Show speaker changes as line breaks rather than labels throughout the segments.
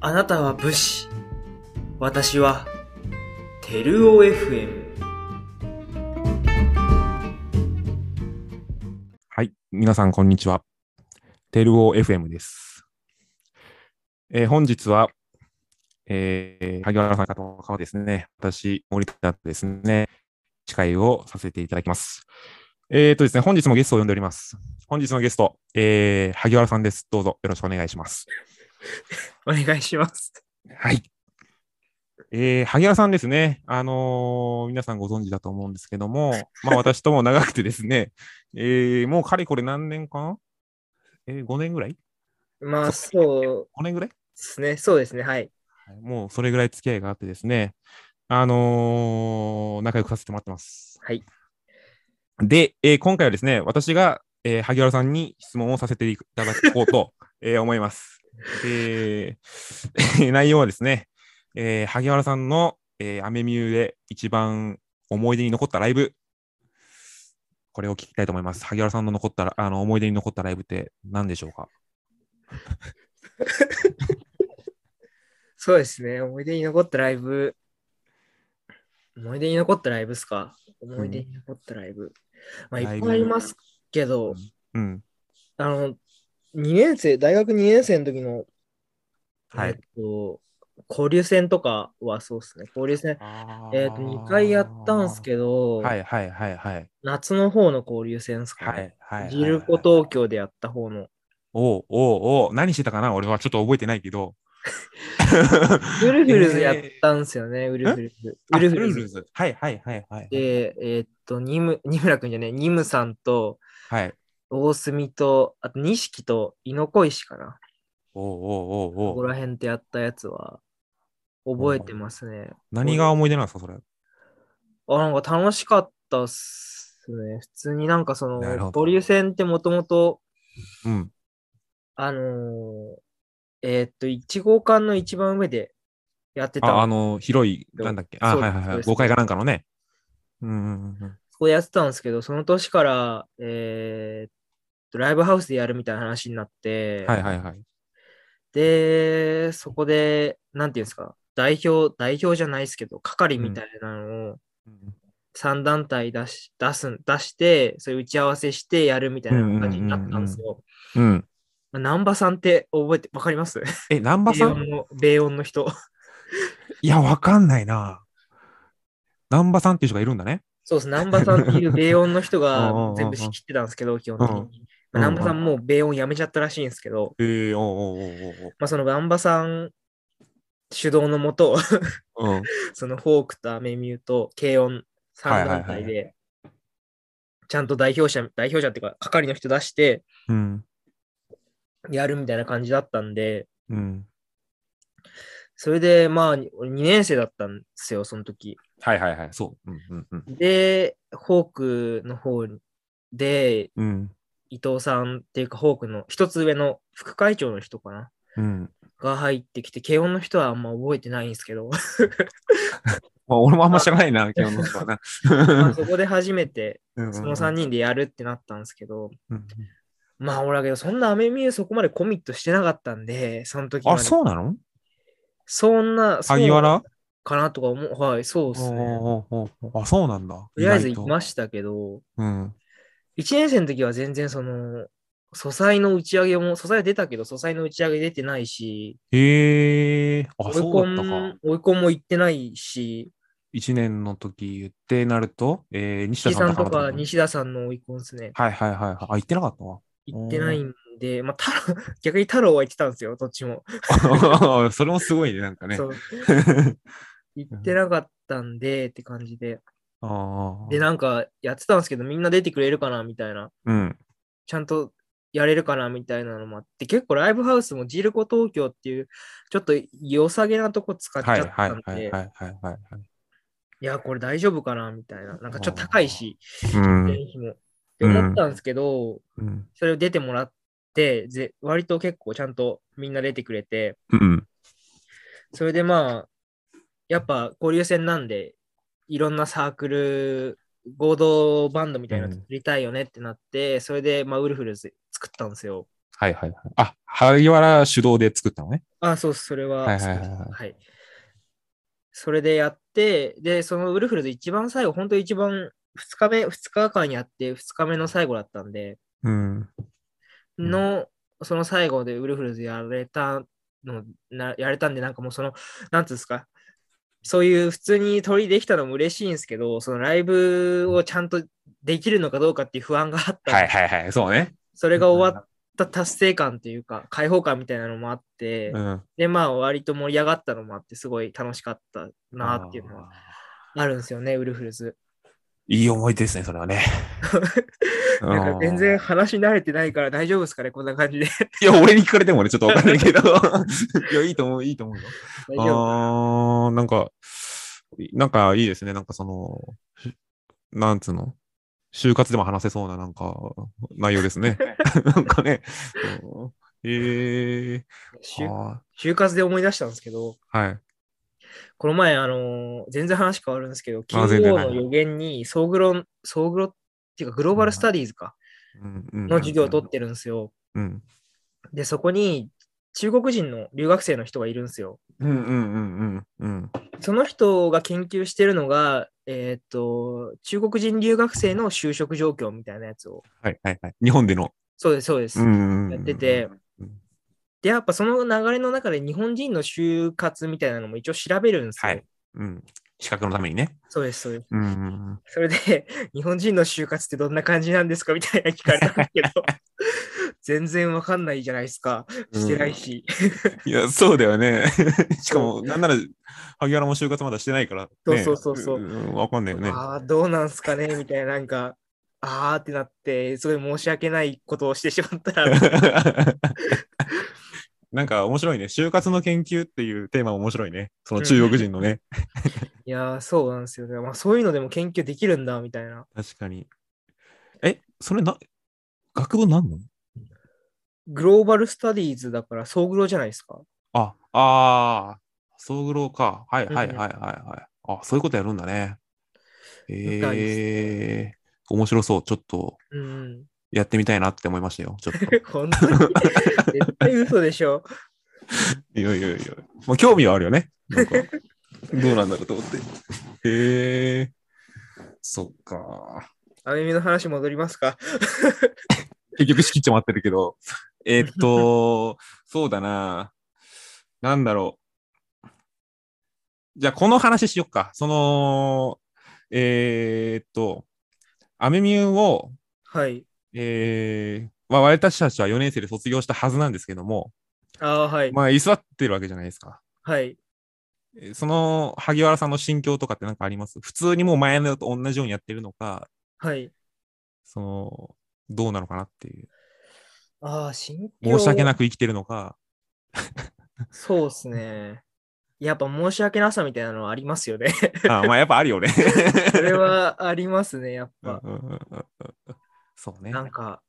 あなたは武士。私は、テルオ FM。
はい。皆さん、こんにちは。テルオ FM です。えー本日は、えー、萩原さん、加藤川ですね。私、森田とですね、司会をさせていただきます。えっ、とですね、本日もゲストを呼んでおります。本日のゲスト、えー、萩原さんです。どうぞよろしくお願いします。
お願いします。
はい。えー、萩原さんですね。あのー皆さんご存知だと思うんですけども、まあ私とも長くてですね、えーもうかれこれ何年かなえー、5年ぐらい
まあ、そう
?5 年ぐらい
ですね。そうですね。はい。
はいもうそれぐらい付き合いがあってですね、あのー仲良くさせてもらってます。
はい。
で、えー今回はですね、私が、えー萩原さんに質問をさせていただこうと、 えー思います。で 内容はですね、えー萩原さんの、えーアメミューで一番思い出に残ったライブ、これを聞きたいと思います。萩原さんの残ったらあの思い出に残ったライブって何でしょうか
そうですね。思い出に残ったライブ。思い出に残ったライブっすか思い出に残ったライブ。まあ、
ラ
い
イ
っ
ブ
ぱいありますけど、
うん。
あの、2年生、大学2年生の時の、
はい
えっと、交流戦とかはそうですね。交流戦、えっ、と、2回やったんす
ど。
けど、
はいはいはいはい。
夏の方の交流戦ですか
は
ね。
いはいはい。
ジルコ東京でやった方の。
おうおうおう、何してたかな俺はちょっと覚えてないけど。
ウルフルズやったんですよね、ウルフルズ。
あ
ウルフル
ウル
ズ。
フルズはいはいはいはい。
で、えーっと、ニム、ニムラくんじゃねえ、ニムさんと、
はい。
大隅と、あと、錦と、猪ノコ石かな。
おうおうお
こ
う
こ
おう。
ら辺でやったやつは、覚えてますね。
何が思い出なんですか、それ。
あ、なんか楽しかったっすね。普通になんかその
なるほ、ど
交流戦ってもともと、
うん。
あのーえーっと、1号館の一番上でやってた
あ、あの、広い、なんだっけ。あ、
そう
はいはい
そう
はい。
です
5階かなんかのね。うんうんうん
そこでやってたんですけど、その年から、えーっと、ライブハウスでやるみたいな話になって
う、ん。はいはいはい。
で、そこで、なんていうんですか、代表、代表じゃないですけど、係みたいなのを
うん
3団体出し、出す、出して、そういう打ち合わせしてやるみたいな感じになったんですよ。
うん。
まあ南波さんって覚えて、わかります
え、南波
米
さ
音
ん
の、米音の人。
いや、わかんないな。南波さんっていう人がいるんだね。
そうです、南波さんっていう米音の人
うんうんうんう
が
ん
全部仕切ってたんですけど、基本的
うん
に。まあ南波さんもう米音やめちゃったらしいんですけど、
ええ、おうおうおうおう
まあ、そのガンバさん主導のもと、
おう。うん。
そのフォークとアメミューと軽音3団
はいはい
体
は
で、ちゃんと代表者、代表者っていうか、係の人出して
うん。
やるみたいな感じだったんで、
うん。
それでまあ、2年生だったんですよ、その時。
はいはいはい。そう。うんうんうん。
で、フォークの方で、
うん。
伊藤さんっていうか、フォークの一つ上の副会長の人かな
うん。
が入ってきて、軽音の人はあんま覚えてないんですけ ど、
まあ、俺もあんま知らない な、基本の人はな。
まあそこで初めてその3
人。
人でやるってなったんですけど、
うん
まあ、俺だけど、そんなアメミューそこまでコミットしてなかったんで、その時ま
あ、
で
そうなの
そんな、そう
萩原
かなとか思う。はい、そうですね。
おーおーおーあ、そうなんだ。
とりあえず
意外
行きましたけど、
うん。
1年生の時は全然その、素材の打ち上げも、素材は出たけど、素材の打ち上げ出てないし、
へえ、
追
あ、
い
そう
込
だった
ん
か。
追い込んも行ってないし、
一年の時ってなると、えー、西田
岸
さ
さ
ん
んと
か
か西田さんの追い込んですね。
はいはいはいはい。あ、行ってなかったわ。
行ってないんで、まあ、太郎 逆に太郎は行ってたんですよ、どっちも。
それもすごいね、なんかね
そ。う行ってなかったんで、って感じで。
ああ。
で、なんかやってたんですけど、みんな出てくれるかなみたいな、
うん。
ちゃんとやれるかなみたいなのもあって、結構ライブハウスもジルコ東京っていう、ちょっと良さげなとこ使っち
はい
ゃ
は
っ
いは
た
い
ん
は
で、
いはいはい。
いや、これ大丈夫かなみたいな、なんかちょっと高いし、
うん。
電費も。って思ったんですけど、
うん。
それを出てもらって、ぜ割と結構ちゃんとみんな出てくれて、
うん。
それでまあ、やっぱ交流戦なんで、いろんなサークル、合同バンドみたいなの作りたいよねってなって、それで、まあ、ウルフルズ作ったんですよ。
はいはいはい。あ、萩原主導で作ったのね。
あ、そう、それは、
はいはいはいはい
そうはい。それでやって、で、そのウルフルズ一番最後、本当一番2日目、2日間やって、2日目の最後だったんで、
うん。うん
の、その最後でウルフルズやれたの、なやれたんで、なんかもうその、なんつうんですか、そういう普通に取りできたのも嬉しいんですけど、そのライブをちゃんとできるのかどうかっていう不安があったんで
はいはいはい。そうね。
それが終わった達成感というか、解放感みたいなのもあって、
うん。
で、まあ、割と盛り上がったのもあって、すごい楽しかったなっていうのは
あ
あるんですよね、ウルフルズ。
ーいい思い出ですね、それはね。
なんか全然話慣れてないから大丈夫ですかね、こんな感じで。
いや、俺に聞かれても俺ちょっとわかんないけど。 いや、いいと思う、いいと思うよ。
大丈夫
あー、なんか、なんかいいですね。なんかその、しなんつうの、就活でも話せそうななんか内容です ね。なんかね。そうええ
就
は
就活で思い出したんですけど、
はい。
この前、あのー全然話変わるんですけど、金
あ全然
曜
はい
の予言に、総グロ、総グロっていうか、グローバルスタディーズか、
うんうん
の授業を取ってるんですよ。
うん。
で、そこに、中国人の留学生の人がいるんですよ。
うんうんうんうんうん。
その人が研究してるのが、えーっと、中国人留学生の就職状況みたいなやつを、
はいはいはい。日本での。
そうです、そうです。
うん
やってて。
うん
で、やっぱその流れの中で日本人の就活みたいなのも一応調べるんですよ。
はい。うん。資格のためにね。
そうです、そうです。
うんうんうん。
それで、日本人の就活ってどんな感じなんですかみたいな聞かれたんですけ ど、全然わかんないじゃないですか。してないし。
いや、そうだ よね。しかも、なんなら、萩原も就活まだしてないから、ね。
そうそうそうそうん
わかんないよね。
ああ、どうなんすかねみたいな、なんか、あーってなって、すごい申し訳ないことをしてしまった ら、
なんか面白いね。就活の研究っていうテーマ面白いね。その中国人のね。
いやー、そうなんですよね。まあ、そういうのでも研究できるんだ、みたいな。
確かに。え、それな、学部なんの
グローバルスタディーズだから、総グロじゃないですか。
あ、ああ、総グロか。はい
うん
はいはいはいはい。あ、そういうことやるんだね。
みたい
ええ面白そう。ちょっと
うん。
やってみたいなって思いましたよ。ちょっと。
本当に絶対嘘でしょ。
いやいやいや、まあ、興味はあるよね。なんかどうなんだろうと思って。へえ、そっか。
アメミの話戻りますか。
結局仕切っちゃまってるけど、えーっと、そうだな。なんだろう。じゃあ、この話しよっか。その、えーっと、アメミューを、
はい。
えーまあ、私たちは4年生で卒業したはずなんですけども、
ああ、はい。
まあ、居座ってるわけじゃないですか。
はい。
えーその萩原さんの心境とかって何かあります普通にもう前のと同じようにやってるのか、
はい。
その、どうなのかなっていう。
ああ、心境
申し訳なく生きてるのか。
そうですね。やっぱ申し訳なさみたいなのはありますよ ね。
あまあやっぱあるよね。
それはあり ますね、やっ
う
ぱ。
んうんうんうんうんそうね。
なんか、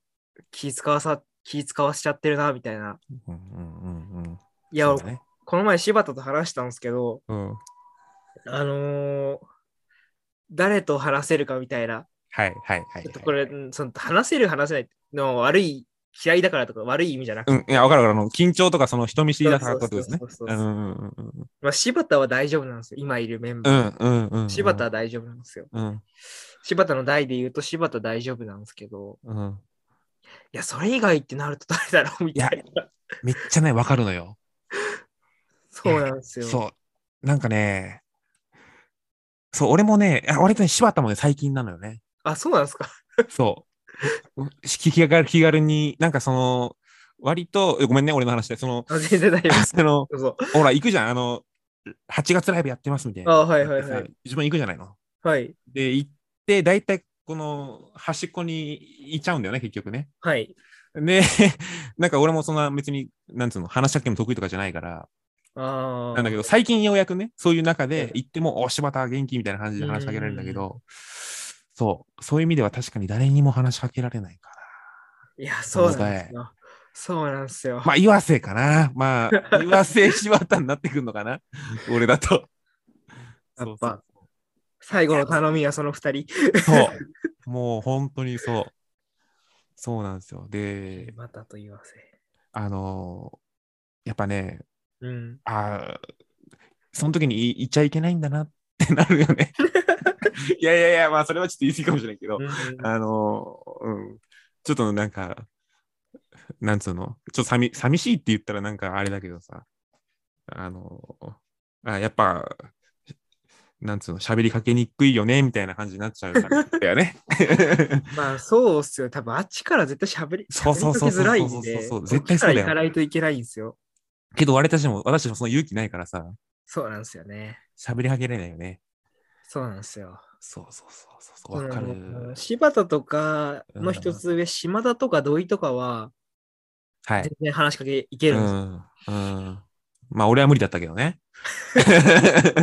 気使わさ、気使わしちゃってるな、みたいな。
うんうんうんうん。
いや、
そうだね。
この前柴田と話したんですけど、
うん。
あのー誰と話せるかみたいな。
はいはいはい。
ちょっとこれ、うんその話せる話せないの悪い、嫌いだからとか悪い意味じゃなくて。
うん、いや、わかるわかる。あの緊張とか、その人見知りだからっ
そ
て
う
ことですね
そう。そう
う
そうん
う
そうん
うん
まあ、柴田は大丈夫なんですよ。今いるメン
う
バー。
んうんうん。
柴田は。大丈夫なんですよ。
うん
柴田の代で言うと柴田大丈夫なんですけど、
うん。
いや、それ以外ってなると誰だろうみたいな。
めっちゃね、わかるのよ。
そうなんですよ。
そう。なんかね、そう、俺もね、あ俺とね、柴田もね、最近なの よね。
あ、そうなんですか。
そう。う気気軽気軽に、なんかその、割と、えごめんね、俺の話で、その、
あ全然大 丈夫です。
そ
ど
の、
うぞ。
ほら、行くじゃん、あの、8月ライブやってますみたいな。
あはいはいはい
でさ。自分行くじゃないの。
はい。
で、行って、大体、この、端っこに行っちゃうんだよね、結局ね。
はい。
で、 なんか俺もそんな別に、なんつうの、話し合っても得意とかじゃないから、
ああ。
なんだけど、最近ようやくね、そういう中で行っても、お、柴田元気みたいな感じで話しかけられるんだけど、そう、そういう意味では確かに誰にも話しかけられないか
いや、そうなんですよ。そうなんですよ。
な。まあ、岩瀬かな。まあ、岩瀬柴田になってくるのかな。俺だと。
やっぱ
そうそう
最後の頼みはその二人。
そう。もう本当にそう。そうなんですよ。で、
またと言わせ。
あのやっぱね、
うん。
あーその時に言っちゃいけないんだなってなるよね。いやいやいや、まあそれはちょっと言い過ぎかもしれないけど、
うん
あのうん、ちょっとなんか、なんつうの、ちょっと寂寂しいって言ったらなんかあれだけどさ、あのあやっぱ、なんつうの、喋りかけにくいよね、みたいな感じになっちゃうんだ よね。
まあそうっすよ。多分あっちから絶対喋り、
そうそうそう
喋りかけづらいんで、
そうそうそうそう
こっ
絶対
ち
そ
から
うだよ
行かないといけないんですよ。
けど俺たちも、私たちもその勇気ないからさ、
そうなんですよね。
喋りかけられないよね。
そうなんですよ。
そうそうそうそうそう、わか
う
る。
ん柴田とかの一つ上、島田とか土井とかは、
はい
全。然話しかけいけるんですよ。
うんうんまあ、俺は無理だったけ どね。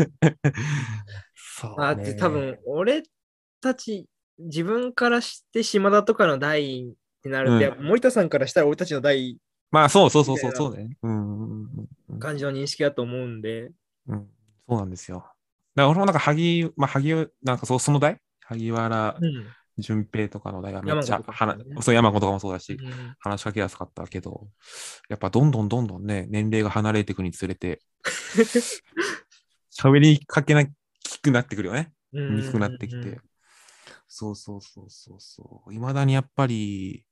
そう
あで多分、俺たち、自分からして島田とかの代ってなると、
うん
やっぱ森田さんからしたら俺たちの代
まあ、そうそうそうそう、そうだよね。うんうんうんうん
感じの認識だと思うんで、
うん。そうなんですよ。だから俺もなんか、萩、まあ、萩、なんかそう、その代萩原
うん
淳平とかの代はめっちゃ
山子とか
話
ね、
そう、山子とかもそうだし、
うん
話しかけやすかったけど、やっぱどんどんどんどんね、年齢が離れていくにつれ て、喋りかけなきくなってくるよね。
うん
にくくなってきて。そうそうそうそうそう。いまだにやっぱり、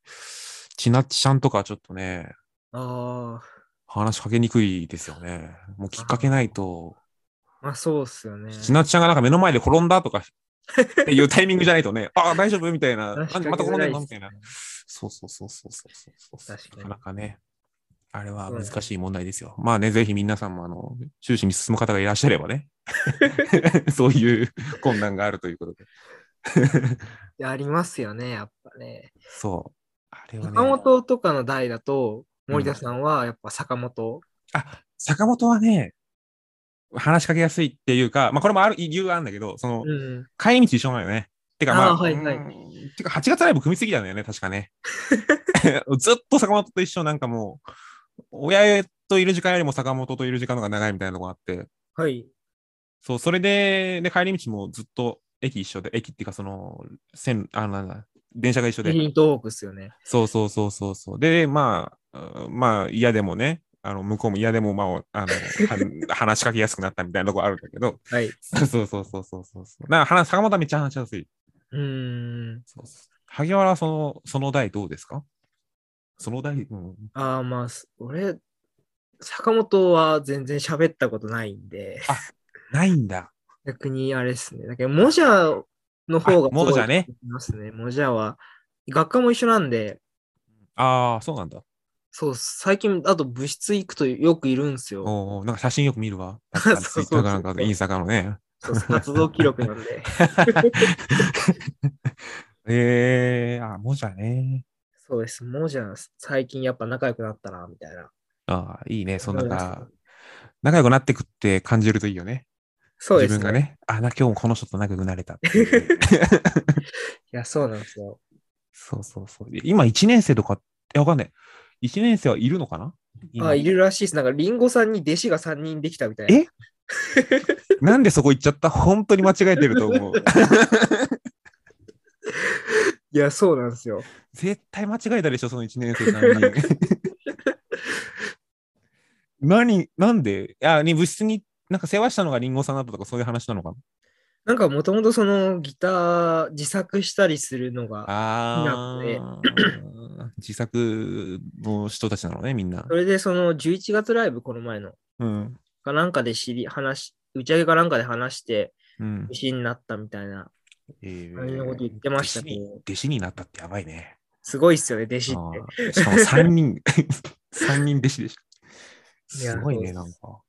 ちなっちゃんとかちょっとね、
あ
話しかけにくいですよね。もうきっかけないと、
あ、まあそうっすよね。
ちなっちゃんがなんか目の前で転んだ とかっていうタイミングじゃないとね、ああ、大丈夫みたいな、なん
話しか
で
け
また
づ
転ん
ら
だ
いっすね
のみたいな。そうそうそうそうそうそうそう。
確かに
なかなかね、あれは難しい問題ですよ。まあね、ぜひ皆さんも、あの、終始に進む方がいらっしゃればね、 そういう困難があるということで。
ありますよね、やっぱね。
そう。あれはね。
坂本とかの代だと、森田さんはやっぱ坂本。
あ、坂本はね、話しかけやすいっていうか、まあこれもある理由があるんだけど、その、
うん。
帰り道一緒なのよね。てかまあ、
あーはいはい
うんてか8月ライブ組みすぎたんだよね、確かね。 ずっと坂本と一緒、なんかもう、親といる時間よりも坂本といる時間の方が長いみたいなのがあって、
はい。
そう、それで、で、帰り道もずっと駅一緒で、駅っていうかその、線、あの、なんだ、電車が一緒で
ヒ、ントークっすよね。
そうそうそうそうそう。で、まあ、うんまあ嫌でもね、あの向こうも嫌でも、まあ、あのは 話しかけやすくなったみたいなとこあるんだけど、
はい。
そうそうそうそうそうそう。なんか話坂本はめっちゃ話しやすい。
うーん。
そうそう萩原はその、その代どうですかその代、うん、
ああ、まあ、す俺、坂本は全然喋ったことないんで、
ないんだ。
逆にあれですね。だけど、モジャの方が
あモジャね
多いと思いますね。モジャは、学科も一緒なんで、
ああ、そうなんだ。
そう、最近、あと部室行くとよくいるんですよ。
おうおうなんか写真よく見るわ。
そう
ツ
そうそう
イッターかなんかで、インスタかの ね。
そう活動記録なんで。
ええー、あ、もじゃね。
そうです。もうじゃあ、最近やっぱ仲良くなったな、みたいな。
ああ、いいね。そんな
思います
か、仲良くなってくって感じるといいよね。
そうで
自
す
分が。ね、あ、な、今日もこの人と仲良くなれたっていう。
いや、そうなんですよ。
そうそうそう。今、1年生とか、え、わかんない。1年生はいるのかな今
あ、いるらしいです。なんか、リンゴさんに弟子が3人できたみたい
え
な。
なんでそこ行っちゃった本当に間違えてると思う。
いや、そうなんですよ。
絶対間違えたでしょ、その1年生3人。何、なんであ、に部室に、なんか世話したのがリンゴさんだったとか、そういう話なのかな
なんか、もともとそのギター自作したりするのが、
ああ、自作の人たちなのね、みんな
そ。れでその11月ライブ、この前の、
うん。
かなんかで知り、話し、打ち上げかなんかで話して、
うん
弟。子になったみたいな、
えー
感じのこと言ってましたけど
弟子に弟子になったってやばいね。
すごいっすよね、弟子って。
あーしかも3人、 三人弟子でしょ。
いや
すごいね、
そ
な
うんで
か。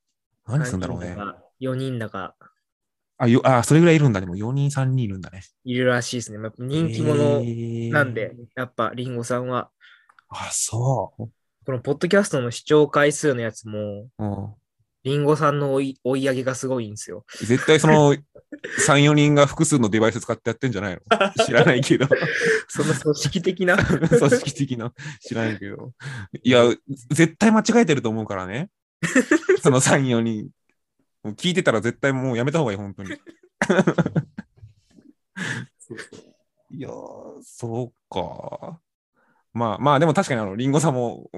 何するんだろうね。
4人だか
あ、よあそれぐらいいるんだね。もう4人、3人いるんだね。
いるらしいですね。やっぱ人気者なんで、
えー
やっぱリンゴさんは、
あ、そう。
このポッドキャストの視聴回数のやつも、
うん、
リンゴさんの追い追い上げがすごいんですよ。
絶対その 3、4人が複数のデバイス使ってやってんじゃないの知らない けど。
その組織的 な。
組織的な、知らないけど。いや、絶対間違えてると思うから ね。その3、4人。もう聞いてたら絶対もうやめた方がいい、本当に。いやー、そうか。まあまあ、でも確かにあの、リンゴさんも、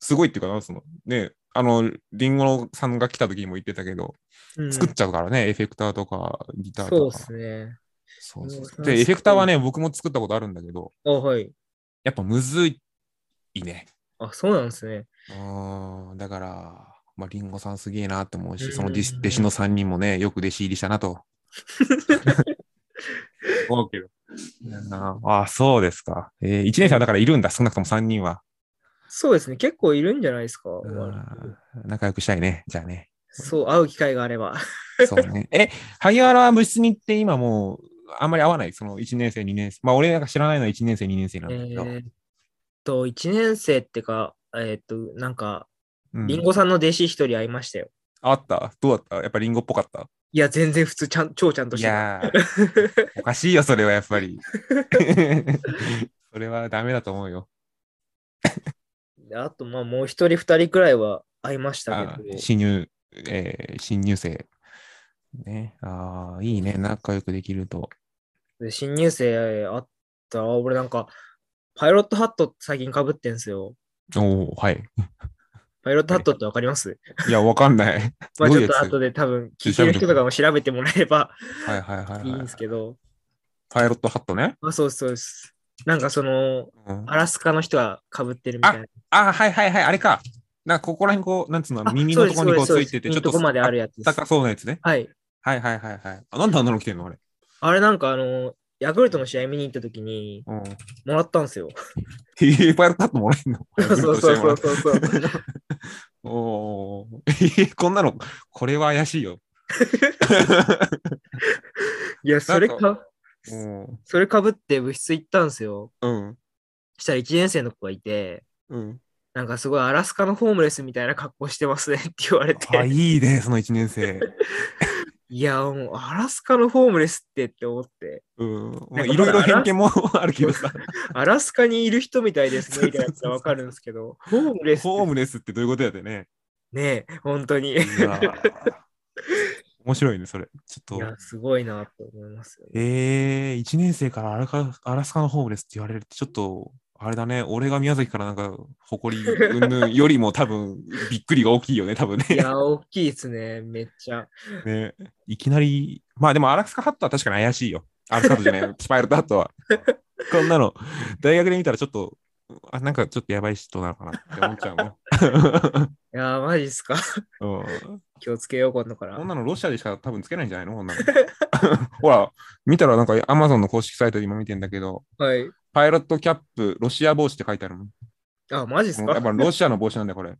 すごいっていうかな、その、ね、あの、リンゴさんが来た時にも言ってたけど、
うん
作っちゃうからね、エフェクターとかギター
そうで
とか。
すね。
そうそう
う
そ
ん
うで、エフェクターはね、僕も作ったことあるんだけど、
あ、はい。
やっぱむずいね。
あ、そうなんですね。
うん、だから、まあ、リンゴさんすげえなと思う
う
し、
ん
その弟子弟子の3人もね、よく弟子入りした なと。思うけど。ああ、そうですか。え1年生はだからいるんだ、少なくとも3人は。
そうですね。結構いるんじゃないですか。
うん仲良くしたいね、じゃあね。
そう、会う機会があれば。
そうね。え、萩原は部室に行って今もう、あんまり会わない、その1年生、2年生。まあ、俺なんか知らないのは1年生、2年生な
え
んだけど。
ーっと、1年生ってか、えーっと、なんか、
うん
りんごさんの弟子一人会いましたよ。
あったどうだったやっぱリンゴっぽかった
いや、全然普通、ちゃん超ちゃんとし
い
てた。
やーおかしいよ、それはやっぱり。 それはダメだと思うよ。
であと、まあ、もう一人、二人くらいは会いました
あ
けど。
新入、えー新入生。ね、ああ、いいね、仲良くできると。
で新入生あったら、俺なんか、パイロットハット最近かぶってんすよ。
おおはい。
パイロットハットってわかります、
いや、わかんない。
まあ
ど
ち
うい
ょ
う
っ
やつ
と後で多分聞いてる人とかも調べてもらえれば
はいはいはい、はい
いんですけど、
パイロットハットね。
まあそうですそうです。なんかその、
うん
アラスカの人がかぶってるみたいな。
あ、はいはいはい、あれか。なんかここら辺こう、なんつうの、
あ
耳のところにこう
そう
つ
で
い
す
てて、
そうです
ちょ
耳のと
っ
ことまであるやつです
あったかそうなやつね。
はい。
はいはいはいはい。あ、なんであんなの着てんのあれ。
あれなんかあの、ヤクルトの試合見に行った時に
うん。 へ
もらったんですよ。
え、パイロットハットもらえんの
そうそうそうそうそう。
おーえー こんなの、これは怪しいよ。
いや、それ
な
か、
うん。
それかぶって部室行ったんですよ。
うん。
したら1年生の子がいて、
うん。
なんかすごいアラスカのホームレスみたいな格好してますねって言われて、
あ、
い、
いいね、その1年生。
や、もうアラスカのホームレスってって思って、
うん。ま
な
あ、
んか
いろいろ偏見も あるけどさ、
アラスカにいる人みたいですねみたいなやつはわかる んですけど、ホームレスって
ホームレスってどういうことやでね。
ねえ、本当に。い
い やー面白いね、それ。ちょっと
や、。すごいなと思いますよね。
えー、1年生からアラカアラスカのホームレスって言われるって、ちょっと、あれだね、俺が宮崎からなんか、誇りうんぬんよりも多分、びっくりが大 きいよね、多分
い
ね。
や、大きいですね、めっちゃ。
ねいきなり、まあでもアラスカハットは確かに怪しいよ。アラスカハットじゃない、スパイロットハットは。こんなの、大学で見たらちょっと、あなんかちょっとやばい人なのかなって思っちゃ
いや、マジっすか。
うもん。うん、
気をつけよう、今度から
こん。なのロシアでしか多分つけないんじゃないのこんなの。ほら、見たらなんか Amazon の公式サイトで今見てんだけど、
はい。
パイロットキャップ、ロシア帽子って書いてあるもん。
あ、マジっす
やっ
か。
ぱロシアの帽子なんだよ、これ。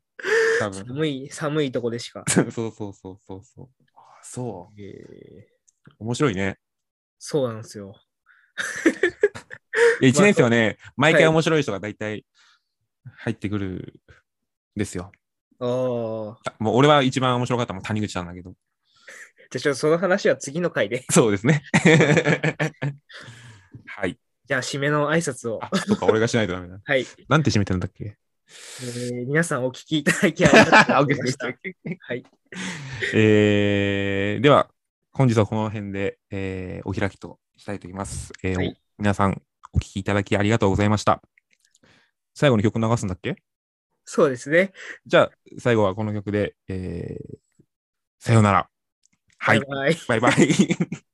多分。
寒い、寒いとこでしか。
そうそうそうそうそう。あそ
えー
う。面白いね。
そうなんですよ。
いや1年生はね、毎回
はい
面白い人が大体入ってくるんですよ。
ああ。
あもう俺は一番面白かったのは谷口さんだけど。
じゃあ、ちょっとその話は次の回で。
そうですね。 はい。
じゃあ、締めの挨拶を。
あ、そっか、俺がしないとダメだ。
はい、
なんて締めてるんだっけ
えー皆さんお聞きいただきありがとうございま した。はい。
えー、では、本日はこの辺で、えーお開きとしたいと思います。えーお
はい
皆さん、お聞きいただきありがとうございました。最後に曲流すんだっけ
そうですね。
じゃあ、最後はこの曲で、えーさようなら。はい、
バイバイ。
バイバイ。